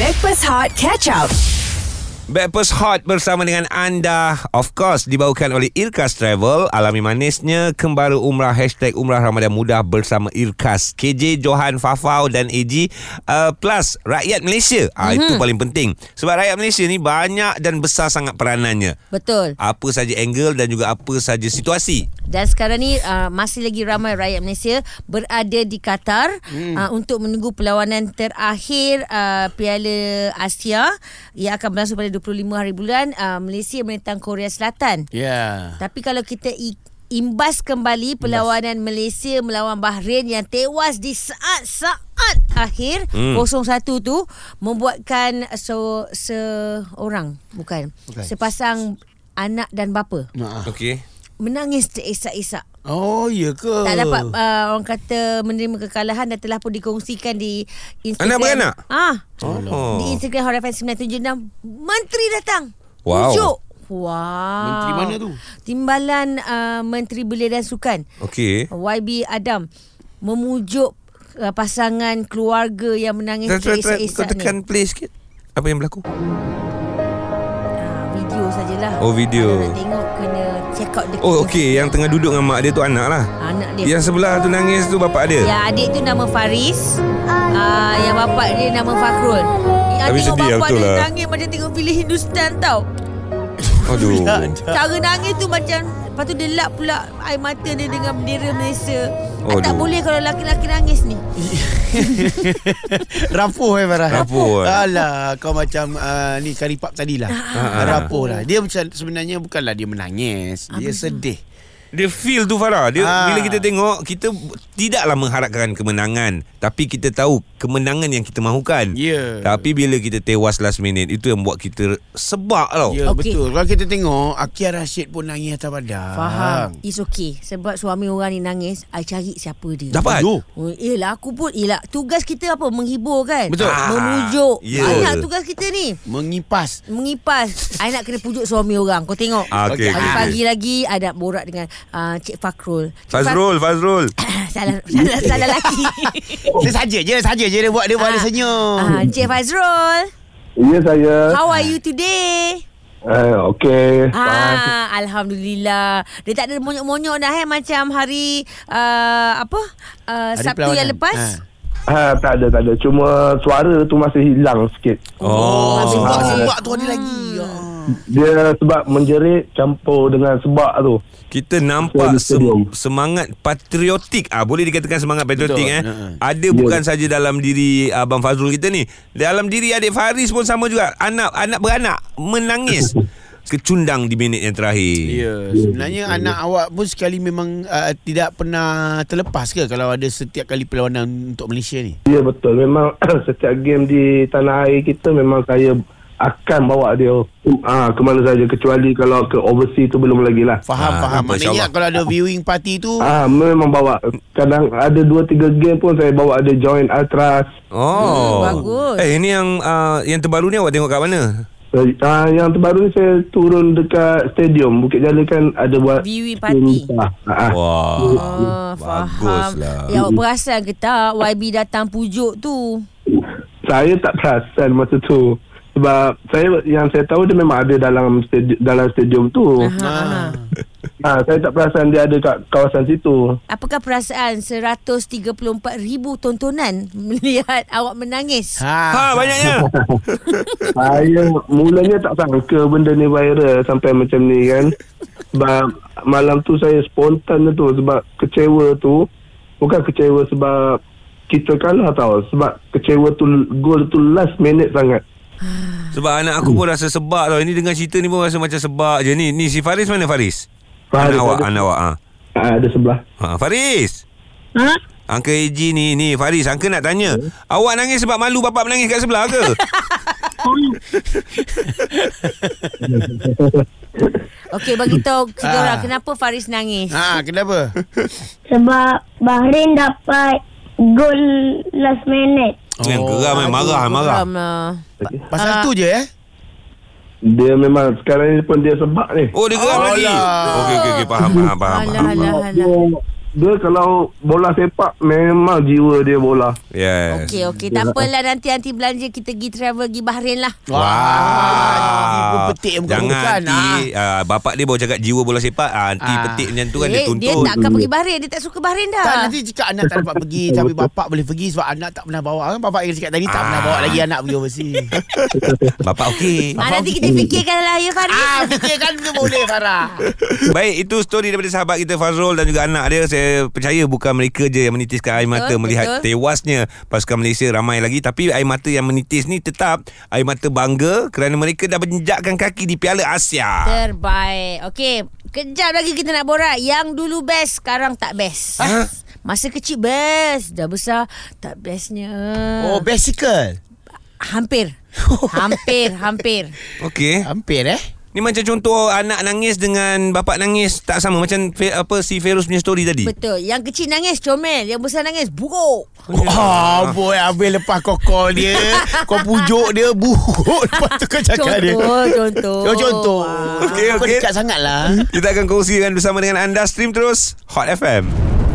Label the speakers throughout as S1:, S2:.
S1: Backpass Hot Catch Up.
S2: Breakfast Hot bersama dengan anda Of course dibawakan oleh Irkas Travel Alami manisnya Kembali Umrah Hashtag Umrah Ramadan Mudah bersama Irkas KJ Johan Fafau dan AG uh, Plus rakyat Malaysia ah, Itu paling penting Sebab rakyat Malaysia ni banyak dan besar sangat peranannya
S3: Betul.
S2: Apa saja angle dan juga apa saja situasi
S3: Dan sekarang ni uh, masih lagi ramai rakyat Malaysia berada di Qatar hmm. uh, untuk menunggu perlawanan terakhir uh, Piala Asia yang akan berlangsung pada 25 hari bulan uh, Malaysia menentang Korea Selatan.
S4: Yeah.
S3: Tapi kalau kita i- imbas kembali perlawanan Malaysia melawan Bahrain yang tewas di saat-saat akhir
S2: Hmm.
S3: hmm. 01 tu membuatkan so seorang bukan
S4: Bukan.
S3: okay. sepasang anak dan bapa
S4: Nah.
S2: Okey
S3: menangis teresak-esak
S4: Oh, ya ke?
S3: tak dapat uh, orang kata menerima kekalahan dan telah pun dikongsikan di Instagram.
S2: Anak beranak?
S3: Ah,
S2: oh.
S3: di Instagram Hot FM 976 menteri datang.
S2: Wow.
S3: Ujuk. Wow.
S4: Menteri mana tu?
S3: Timbalan uh, Menteri Belia dan Sukan.
S2: Okey
S3: YB Adam memujuk uh, pasangan keluarga yang menangis
S2: Try, try, try. Kau
S3: teresak-esak ni.
S2: tekan play sikit Apa yang berlaku
S3: Ah, video sajalah.
S2: Oh, video.
S3: Kalau nak tengok kena check out dekat
S2: Oh okey Yang tengah duduk dengan mak dia tu anak lah
S3: anak dia.
S2: Yang sebelah tu nangis tu bapak dia
S3: Yang adik tu nama Faris uh, Yang bapak dia nama Fakhrul Yang
S2: Tapi
S3: tengok
S2: sedih lah,
S3: bapak
S2: betul
S3: dia
S2: lah.
S3: nangis macam tengok filem Hindustan tau
S2: Aduh
S3: Cara nangis tu macam Lepas tu dia lap pula air mata dia dengan bendera Malaysia oh,
S2: Aduh.
S3: Tak boleh kalau laki-laki nangis ni
S4: Rapuh eh Farah
S2: Rapuh.
S4: Alah Kau macam uh, Ni karipap tadi lah
S2: Ah.
S4: Rapuh lah Dia macam Sebenarnya bukanlah dia menangis
S3: Ah,
S4: Dia sedih
S2: Dia feel tu Farah dia,
S4: Ah.
S2: Bila kita tengok Kita b- tidaklah mengharapkan kemenangan Tapi kita tahu Kemenangan yang kita mahukan
S4: Ya.
S2: Tapi bila kita tewas last minute Itu yang buat kita sebab tau
S4: Ya
S3: Okey.
S4: betul Kalau kita tengok Akia Rashid pun nangis atas badan
S3: Faham It's okay Sebab suami orang ni nangis I cari siapa dia
S2: Dapat
S4: Aduh.
S3: Oh, yelah aku pun yelah, Tugas kita apa Menghibur kan
S4: Betul.
S2: Ah,
S3: Memujuk
S2: ya.
S3: Anak tugas kita ni
S4: Mengipas
S3: Mengipas I nak kena pujuk suami orang Kau tengok
S2: Ah, okey, okey,
S3: Pagi-pagi lagi Ada borak dengan uh, Cik Fakrul Cik
S2: Fazrul Fazrul
S3: Fak- salah, salah, salah lagi
S4: Dia saja je Saja je dia buat Dia buat dia
S2: Oh.
S4: senyum
S3: uh, Cik Fazrul
S5: Ya saya.
S3: How are you today?
S5: Eh, okey. Faham.
S3: Ah, Alhamdulillah Dia tak ada monyok-monyok dah eh Macam hari uh, Apa uh,
S4: Hari
S3: Sabtu yang
S4: perlawanan.
S3: lepas
S4: Ah.
S5: Ha, tak ada, tak ada. Cuma suara tu masih hilang sikit.
S2: Oh.
S4: Oh,
S3: Habis-
S4: Sebab tu ada lagi Ya.
S5: Dia sebab menjerit campur dengan sebab tu.
S2: Kita nampak
S5: Betul, betul.
S2: sem- semangat patriotik ah boleh dikatakan semangat patriotik eh.
S4: Betul, ya.
S2: Ada bukan saja dalam diri abang Fazrul kita ni. Dalam diri adik Faris pun sama juga. Anak anak beranak menangis kecundang di minit yang terakhir.
S4: Ya, sebenarnya anak awak pun sekali memang uh, tidak pernah terlepas ke kalau ada setiap kali perlawanan untuk Malaysia ni?
S5: Ya betul. Memang setiap game di tanah air kita memang saya akan bawa dia ah ha, ke mana saja kecuali kalau ke overseas tu belum lagi lah.
S4: Faham,
S2: Ah,
S4: faham.
S2: Masya
S4: Maknanya
S2: Allah.
S4: kalau ada viewing party tu,
S5: Ah ha, memang bawa. Kadang ada 2 3 game pun saya bawa dia join Ultras.
S2: Oh.
S3: Hmm, bagus.
S2: Eh ini yang uh, yang terbaru ni awak tengok kat mana?
S5: Ah ha, yang terbaru ni saya turun dekat stadium Bukit Jala kan ada buat
S3: Viewing party.
S5: Ah, ah.
S2: Wah.
S3: Ah, faham
S2: Baguslah.
S3: Ya awak perasan ke tak YB datang pujuk tu
S5: saya tak perasan masa tu sebab saya yang saya tahu dia memang ada dalam stadium, dalam stadium tu.
S3: Aha, aha.
S5: Ha, saya tak perasan dia ada kat kawasan situ.
S3: Apakah perasaan 134,000 tontonan melihat awak menangis?
S2: Ha
S4: ha,
S2: banyaknya.
S5: saya mulanya tak sangka benda ni viral sampai macam ni kan. Sebab malam tu saya spontan je tu sebab kecewa tu bukan kecewa sebab kita kalah tau sebab kecewa tu gol tu last minute sangat.
S2: Sebab anak aku pun rasa sebab tau. Ini dengan cerita ni pun rasa macam sebab je ni. Ni si Faris mana Faris? anak
S5: Faris
S2: awak,
S5: ada-
S2: anak awak. Ha.
S5: Ha, ada sebelah.
S2: Ha, Faris. Ha? Angka Eji ni ni Faris angka nak tanya. Awak nangis sebab malu bapak menangis kat sebelah ke?
S3: Okey bagi tahu kita
S4: Ah.
S3: orang
S2: Ha.
S3: kenapa Faris nangis.
S4: ha kenapa?
S6: Sebab Bahrain dapat gol last minute.
S2: Oh, yang geram yang marah
S3: Aduh,
S2: marah.
S3: geram lah.
S4: Pasal
S3: Ah.
S4: tu je eh?
S5: Dia memang sekarang ni pun dia sebab ni.
S2: Oh dia geram
S4: Oh
S2: lagi.
S4: lah.
S2: Okey okey okey faham faham faham.
S3: Alah alah alah.
S5: Dia dia kalau bola sepak memang jiwa dia bola.
S2: Yes.
S3: Okey, okey. Tak apalah nanti-nanti belanja kita pergi travel pergi Bahrain lah.
S4: Wah,
S2: Wah,
S4: Ah, petik yang
S2: Ah, Jangan
S4: bukan-bukan.
S2: nanti ah. Bapak dia baru cakap Jiwa bola sepak ah, Nanti
S4: Ah.
S2: petik macam tu kan Dia
S3: Eh,
S2: tuntut
S3: dia takkan pergi Bahrain. Dia tak suka Bahrain dah.
S4: Tak nanti jika anak tak dapat pergi Tapi bapak boleh pergi Sebab anak tak pernah bawa kan Bapak yang cakap tadi Tak
S2: Ah.
S4: pernah bawa lagi anak pergi overseas
S2: Bapak okey
S3: Ah, nanti kita fikirkan lah ya Farid.
S4: Ah fikirkan tu boleh Farah
S2: Baik itu story daripada sahabat kita Fazrul Dan juga anak dia Saya percaya bukan mereka je Yang menitiskan air mata
S3: Betul,
S2: Melihat
S3: betul.
S2: tewasnya Pasukan Malaysia ramai lagi Tapi air mata yang menitis ni Tetap air mata bangga Kerana mereka dah menjejakkan kaki Di Piala Asia
S3: Terbaik. Okey, kejap lagi kita nak borak. Yang dulu best, sekarang tak best.
S2: Ha?
S3: Masa kecil best, dah besar tak bestnya.
S4: Oh bicycle
S3: hampir. hampir, hampir.
S2: Okey
S4: Hampir eh
S2: Ni macam contoh Anak nangis dengan Bapak nangis Tak sama Macam Fe- apa si Ferus punya story tadi
S3: Betul. Yang kecil nangis comel, yang besar nangis buruk.
S2: ah,
S4: Oh boy Habis lepas kau call dia Kau pujuk dia Buruk Lepas tu kau cakap dia
S3: Contoh, contoh. Ah.
S4: Oh, contoh
S2: Okey,
S4: Kau
S2: okey. Hmm.
S4: dekat sangat lah
S2: Kita akan kongsikan bersama dengan anda Stream terus Hot FM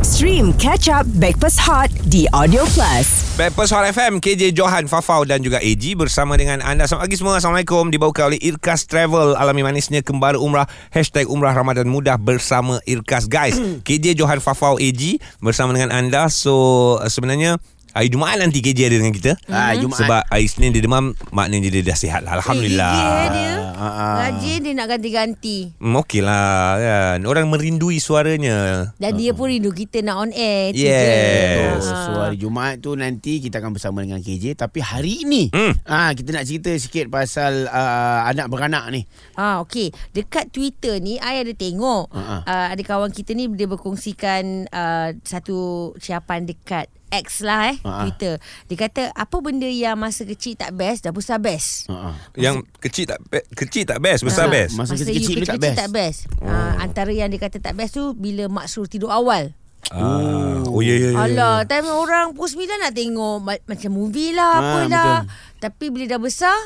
S1: Stream Catch Up Backpass Hot di Audio Plus.
S2: Backpast Hot FM KJ Johan Fafau dan juga AG Bersama dengan anda Selamat pagi semua Assalamualaikum Dibawakan oleh Irkas Travel Alami manisnya Kembali Umrah Hashtag Umrah Ramadan Mudah Bersama Irkas Guys
S3: Hmm.
S2: KJ Johan Fafau AG Bersama dengan anda So sebenarnya Hari Jumaat nanti KJ ada dengan kita
S3: Hmm.
S4: Ah, Jumaat.
S2: Sebab hari Senin dia demam Maknanya dia dah sihat lah Alhamdulillah
S3: Eh, gigih dia.
S4: Ah, ah.
S3: Rajin dia nak ganti-ganti.
S2: Hmm, Okey lah kan Orang merindui suaranya
S3: Dan dia pun rindu kita nak on air. Ah, tu
S2: Yes.
S3: je.
S4: So Eh, hari Jumaat tu nanti kita akan bersama dengan KJ tapi hari ini
S2: Hmm.
S4: ah kita nak cerita sikit pasal uh, anak beranak ni.
S3: Ah okey, dekat Twitter ni I ada tengok
S4: Ha, ha.
S3: uh-huh. uh, ada kawan kita ni dia berkongsikan uh, satu ciapan dekat X lah eh
S4: Ha, ha.
S3: uh-huh. Twitter. Dia kata apa benda yang masa kecil tak best dah besar best.
S4: Ha ah.
S2: Yang kecil tak be- kecil tak best
S3: Ah,
S2: Besar best Oh.
S4: Masa
S3: you
S4: kecil-kecil tak best.
S3: tak best. Uh, antara yang dia kata tak best tu bila mak suruh tidur awal.
S2: Ah. Oh ya ya ya
S3: Alah, time orang pukul 9 nak tengok ma- macam movie lah,
S4: Ah,
S3: apalah.
S4: betul.
S3: Tapi bila dah besar,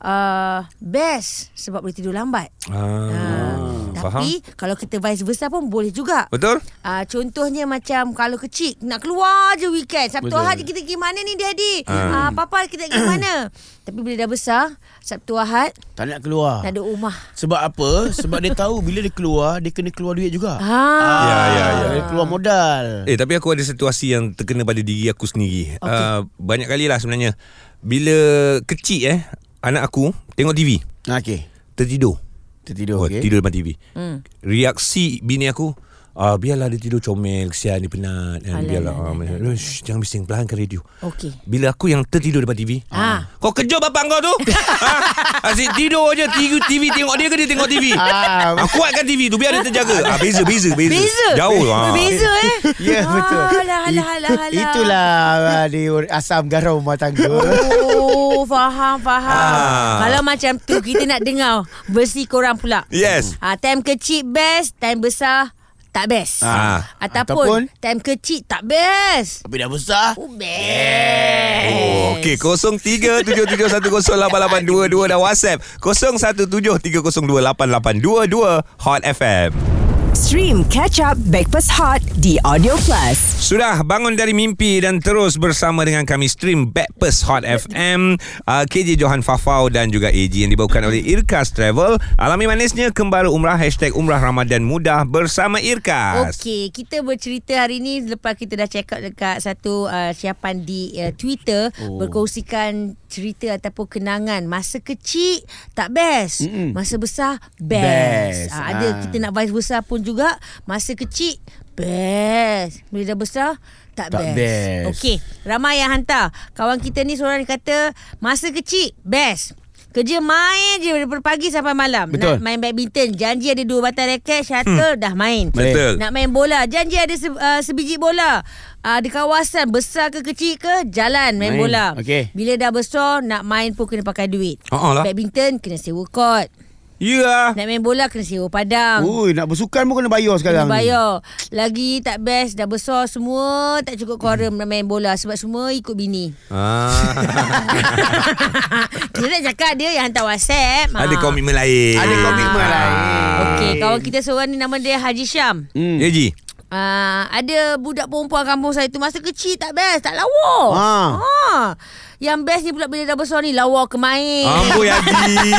S3: uh, best sebab boleh tidur lambat.
S2: Ah.
S3: Ah,
S2: Faham?
S3: Tapi kalau kita vice versa pun boleh juga.
S2: Betul?
S3: Uh, contohnya macam kalau kecil nak keluar je weekend Sabtu
S4: Betul.
S3: Ahad kita pergi mana ni daddy
S2: Ah.
S3: uh. Uh, Papa kita pergi mana Tapi bila dah besar Sabtu Ahad
S4: Tak nak keluar.
S3: nak duduk rumah
S4: Sebab apa? Sebab dia tahu bila dia keluar dia kena keluar duit juga.
S3: ha.
S2: Ya, ya, ya.
S4: Dia keluar modal.
S2: Eh tapi aku ada situasi yang terkena pada diri aku sendiri. Okay. Uh, banyak kali lah sebenarnya. Bila kecil eh anak aku tengok TV,
S4: Okey.
S2: tertidur.
S4: Tertidur
S2: oh,
S4: okey.
S2: tidur depan TV. Hmm. Reaksi bini aku Ah, biarlah dia tidur comel Kesian dia penat ah,
S3: Alah,
S2: Biarlah
S3: alah,
S2: ah, "Shh, Jangan bising Perlahankan radio
S3: Okey.
S2: Bila aku yang tertidur depan TV
S3: Ah.
S2: Kau kejut bapak kau tu ha? Asyik tidur je TV, TV tengok dia ke dia tengok TV
S4: Ah.
S2: ah, Kuatkan TV tu Biar dia terjaga ah, Beza beza Beza,
S3: Beza
S2: Jauh ah.
S3: Beza eh Ah, lah,
S4: Ya yeah, betul.
S3: Alah alah alah, alah.
S4: Itulah ah, di asam garam rumah tangga.
S3: Oh faham faham
S2: Ah.
S3: Kalau macam tu kita nak dengar Versi korang pula
S2: Yes.
S3: ha, Time kecil best Time besar tak best
S2: Ah.
S3: Ataupun,
S4: Ataupun-
S3: Time kecil tak best
S4: Tapi dah besar.
S3: Oh best
S2: Oh, okey 0377108822 dan WhatsApp 0173028822 Hot FM.
S1: Stream Catch Up Backpass Hot di Audio Plus.
S2: Sudah bangun dari mimpi dan terus bersama dengan kami stream Backpast Hot FM uh, KJ Johan Fafau dan juga AG yang dibawakan oleh Irkas Travel Alami manisnya kembali umrah Hashtag umrah Ramadan mudah bersama Irkas
S3: Okey, kita bercerita hari ni lepas kita dah check out dekat satu uh, siapan di uh, Twitter oh. berkongsikan cerita ataupun kenangan masa kecil tak best, Mm-mm. masa besar best.
S4: Best.
S3: Ah, ada
S4: Ah.
S3: kita nak vice versa pun juga masa kecil best, bila dah besar tak,
S4: Tak
S3: best.
S4: best.
S3: Okey, ramai yang hantar. Kawan kita ni seorang dia kata masa kecil best. Kerja main je daripada pagi sampai malam.
S4: Betul. Hmm.
S3: Nak main badminton, janji ada dua batal raket, shuttle dah main.
S2: Betul.
S3: Nak main bola Janji ada se, uh, sebiji bola uh, Ada kawasan Besar ke kecil ke Jalan main,
S4: Main.
S3: bola
S4: Okey.
S3: Bila dah besar Nak main pun kena pakai duit
S2: Ha-ha lah.
S3: Badminton kena sewa kot
S2: Ya
S3: Nak main bola kena sewa padang
S4: Ui, nak bersukan pun kena
S3: Kena
S4: bayar Oh, sekarang. ni.
S3: bayar Lagi tak best Dah besar semua Tak cukup quorum nak main bola Sebab semua ikut bini
S2: ah,
S3: Dia nak cakap dia yang hantar whatsapp
S2: Ada
S3: Ah.
S2: komitmen lain Ah.
S4: Ada komitmen lain. Eh,
S3: Okey, kawan kita seorang ni nama dia Haji Syam.
S2: hmm. AG
S3: Uh, ada budak perempuan kampung saya tu masa kecil tak best, tak lawa.
S4: Ha.
S3: ha. Yang best ni pula bila dah besar ni lawa ke main.
S2: Amboi Ya, Haji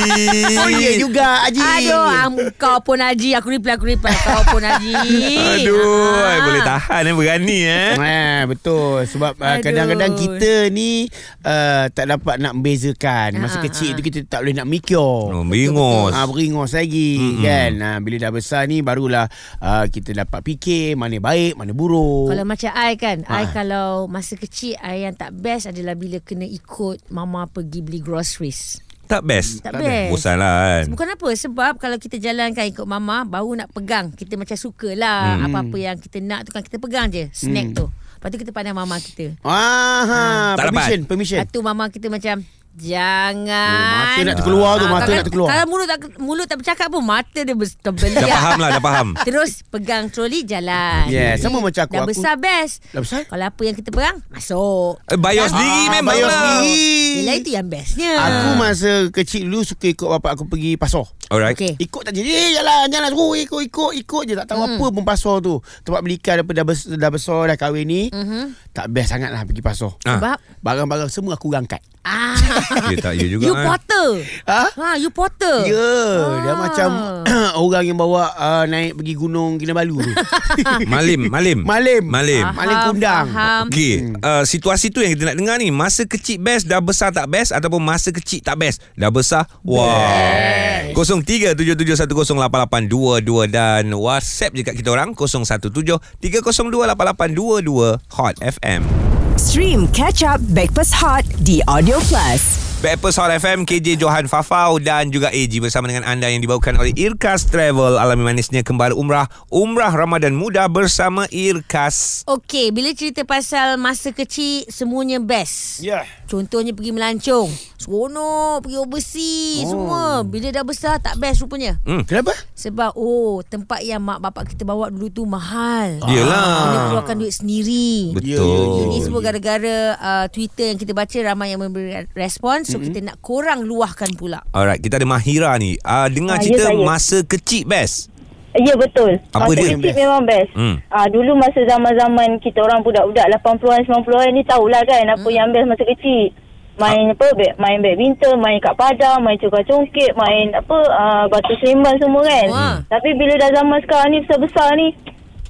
S4: Eh. Oh, ya juga, Haji.
S3: Aduh, um, kau pun Haji. Aku reply, aku reply. Kau pun Haji.
S2: Aduh
S3: Ah.
S2: ah. Boleh tahan eh Berani eh
S4: Eh, betul sebab uh,
S3: Aduh.
S4: kadang-kadang kita ni uh, tak dapat nak membezakan masa
S3: Ha,
S4: kecil
S3: ha.
S4: tu kita tak boleh nak mikir
S2: Oh, beringus.
S4: ha, beringus lagi mm-hmm. kan ha, bila dah besar ni barulah uh, kita dapat fikir mana baik mana buruk
S3: Kalau macam I kan I kalau masa kecil I yang tak best adalah Bila kena ikut Mama pergi beli groceries
S2: Tak best
S3: Tak best.
S2: Bosan lah kan
S3: Bukan apa Sebab kalau kita jalankan Ikut mama Baru nak pegang Kita macam suka lah Apa-apa yang kita nak tu kan Kita pegang je Snack tu Lepas tu kita pandang mama kita
S4: ah, ha,
S2: Tak
S4: permission
S2: dapat.
S4: permission
S3: Lepas tu mama kita macam
S4: Oh,
S3: Jangan
S4: mata nak terkeluar tu, mata
S3: kalau-
S4: nak terkeluar.
S3: Kalau mulut tak mulut tak bercakap pun Mata dia ber- terbeliak
S2: Dah faham lah Dah faham
S3: Terus pegang troli jalan
S4: Yeah, sama macam aku.
S3: Dah
S4: Aku-
S3: besar best
S4: Dah besar?
S3: Kalau apa yang kita pegang Masuk
S2: Eh, Bayar sendiri
S4: Ah,
S2: memang
S4: bayar
S2: lah
S4: sendiri.
S3: Yelah itu yang bestnya
S4: Aku masa kecil dulu suka ikut bapak aku pergi pasar.
S2: Alright
S3: Okay.
S4: Ikut tak jadi Eh jalan Jalan suruh ikut ikut ikut je Tak tahu mm. apa pun pasar tu Tempat beli ikan Daripada dah, bes- dah besar Dah kahwin ni mm-hmm. Tak best sangat lah Pergi pasar
S2: Ah.
S3: Sebab
S4: Barang-barang semua aku angkat
S3: ah.
S2: Ya tak ya juga
S3: You
S2: kan.
S3: porter
S4: Ha?
S3: Ha you porter
S4: Ya yeah, ah. Dia
S3: Ah.
S4: macam Orang yang bawa uh, Naik pergi gunung Kinabalu tu
S2: Malim Malim
S4: Malim
S2: Malim
S3: Ah, Faham,
S4: Maling kundang.
S3: faham.
S2: Okey, uh, situasi tu yang kita nak dengar ni Masa kecil best, dah besar tak best Ataupun masa kecil tak best, dah besar Wow 0377108822 Dan WhatsApp je kat kita orang 0173028822 Hot FM
S1: Stream Catch Up Backpass Hot di Audio Plus.
S2: Backpers Hot FM KJ Johan Fafau Dan juga AG Bersama dengan anda Yang dibawakan oleh Irkas Travel Alami manisnya Kembali Umrah Umrah Ramadan Muda Bersama Irkas
S3: Okey, bila cerita pasal masa kecil semuanya best.
S4: Ya.
S3: Contohnya pergi melancong, seronok, pergi overseas, oh. semua. Bila dah besar tak best rupanya.
S4: Kenapa?
S3: Sebab oh, tempat yang mak bapak kita bawa dulu tu mahal. Kena
S2: Yelah
S3: keluarkan duit
S6: Ya,
S3: sendiri.
S2: Betul
S3: Ini semua gara-gara uh, Twitter yang kita baca ramai yang memberi respon so mm-hmm. kita nak korang luahkan pula.
S2: Alright Kita ada Mahira ni uh, Dengar
S6: Ah, ya,
S2: cerita
S6: saya.
S2: Masa kecil best
S6: Ya betul.
S2: Apa
S6: masa
S2: dia yang
S6: kecil
S4: best?
S6: memang best.
S2: Hmm.
S6: Hmm. Ah dulu masa zaman-zaman kita orang budak-budak 80-an 90-an ni tahulah kan apa yang best masa kecil. Main apa ba- main badminton, main kat padang, main congkak-congkit, main apa ah, batu seremban semua kan.
S3: Wah.
S6: Tapi bila dah zaman sekarang ni besar-besar ni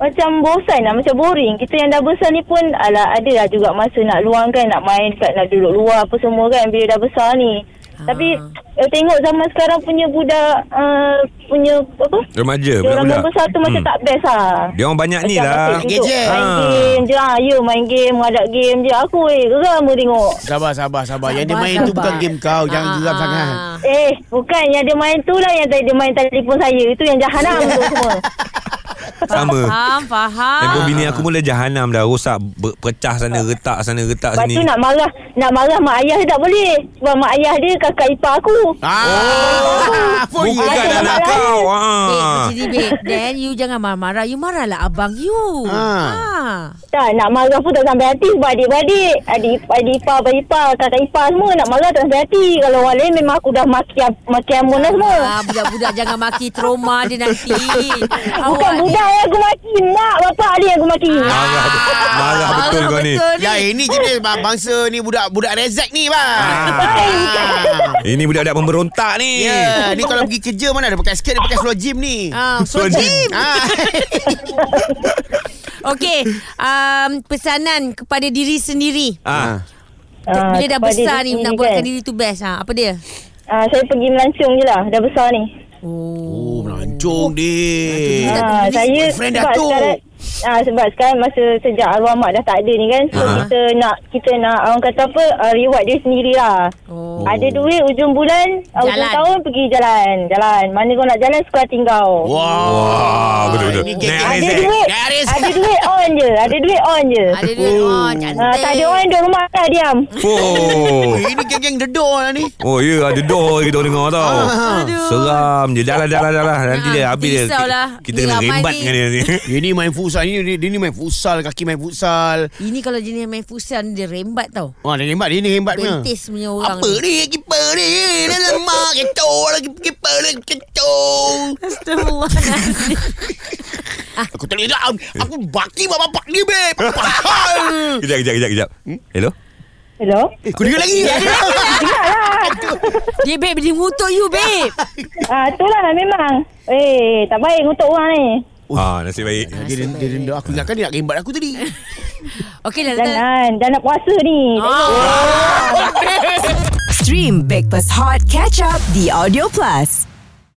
S6: macam bosan lah Macam boring Kita yang dah besar ni pun Alah ada lah juga masa Nak luangkan Nak main kat Nak duduk luar Apa semua kan Bila dah besar ni Tapi eh, Tengok zaman sekarang punya budak uh, Punya Apa
S2: Remaja
S6: dia
S2: Eh,
S6: orang
S2: budak-budak.
S6: nombor satu macam
S2: Hmm.
S6: tak best lah.
S2: Dia orang banyak ni
S6: Macam
S2: lah
S6: asyik duduk
S4: Gadget.
S6: Main
S2: Ah.
S6: game je. Ah, you main game, mengadap game je. Aku eh, geram pun tengok.
S4: Sabar, sabar, sabar. Yang dia
S3: Sabar,
S4: main tu
S3: sabar.
S4: bukan game kau. Jangan
S3: Ah,
S4: geram
S3: ah,
S4: sangat.
S3: ah.
S6: Eh, bukan. Yang dia main tu lah yang tadi dia main telefon saya. Itu yang jahanam tu semua.
S2: Sama
S3: Faham,
S6: Ah.
S3: faham.
S2: Handphone bini aku mula jahanam dah Rosak ber- Pecah sana Retak sana Retak
S6: Lepas
S2: sini
S6: tu nak marah, nak marah mak ayah tak boleh. Sebab mak ayah dia kakak ipar aku.
S4: Ah, for you.
S2: Oh. Bukan
S6: Ada
S2: anak
S6: tempat
S2: kau
S3: Eh,
S2: ah.
S3: macam ni, babe. Then you jangan marah-marah. You marahlah abang you.
S4: Ha.
S2: Ah.
S3: Ha.
S6: Tak, nak marah pun tak sampai hati sebab adik-beradik. Adik, adik ipar, abang ipar, kakak ipar semua nak marah tak sampai hati. Kalau orang lain memang aku dah maki, maki ambon dah semua.
S3: Ah, budak-budak jangan maki trauma dia nanti.
S6: Bukan
S3: Awak ni-
S6: budak yang aku maki Mak bapak dia yang aku maki
S2: Marah, marah betul kau ni
S3: betul
S4: Ya, ini jenis ba- bangsa ni budak-budak rezek ni, bang. Ah.
S2: Ini budak-budak pemberontak ni
S4: Ya, ni kalau pergi kerja mana ada pakai skirt, dia pakai seluar gym ni.
S3: Ah, so
S2: Sorry.
S3: Jim.
S4: Ah.
S3: Okey, um, pesanan kepada diri sendiri.
S2: ah.
S6: Ah,
S3: Bila dah
S6: kepada
S3: besar ni
S6: diri
S3: nak
S6: sendiri
S3: buatkan
S6: kan.
S3: diri tu best. Ha, apa dia?
S6: Ah, Saya pergi melancong je lah Dah besar ni
S4: Oh, melancung
S3: Eh,
S4: dia.
S6: Ah, saya
S4: boyfriend dah
S6: sebab
S4: tu.
S6: sekarang ah, sebab sekarang masa sejak arwah mak dah tak ada ni kan so
S2: Ah.
S6: kita nak kita nak orang kata apa ah, reward dia sendirilah
S3: Oh.
S6: ada duit ujung bulan ah, ujung
S3: Jalan.
S6: tahun pergi jalan jalan mana kau nak jalan suka tinggal
S2: Wah, betul-betul.
S4: Ini
S2: Naik
S6: ada
S2: Zek.
S6: duit
S4: Dah ada.
S6: ada duit on je ada duit on je
S3: eh, Ada duit. Oh, cantik.
S6: Ah, tak ada orang duduk rumah lah diam
S2: Oh.
S4: Oh, ini geng-geng dedok lah ni.
S2: Oh ya yeah, ada door kita dengar tau Seram je Dah lah dah lah dah lah Nanti dia
S3: Ah,
S2: habis dia
S3: risau lah.
S2: Kita
S3: Ni
S2: kena
S3: ramai
S2: rembat
S3: ni.
S2: dengan dia ni
S4: Ini main futsal Ini dia, dia ni main futsal Kaki main futsal
S3: Ini kalau jenis main futsal ni dia rembat tau.
S4: Wah dia hebat Dia ni hebat punya
S3: Bentis punya orang
S4: Apa ni Keeper ni Dia lemak Kecoh lagi Keeper ni Kecoh
S3: Astagfirullahaladzim.
S4: Aku tak boleh dah. Aku baki buat bapak ni babe. Apa hal?
S2: Kejap, kejap, kejap, kejap. Hello?
S6: Hello?
S4: Eh, kau dengar lagi.
S3: Dia babe Dia ngutuk you babe
S6: Ah, itulah memang. Eh, tak baik untuk orang ni.
S2: Oh. Ah, nasib baik.
S4: Dia, dia, dia rendah aku ingatkan dia nak gembat aku tadi.
S3: Okay lah Tata.
S6: Jangan. Jangan nak puasa ni.
S3: Oh, babe.
S1: Stream Breakfast Hot Catch Up The Audio Plus.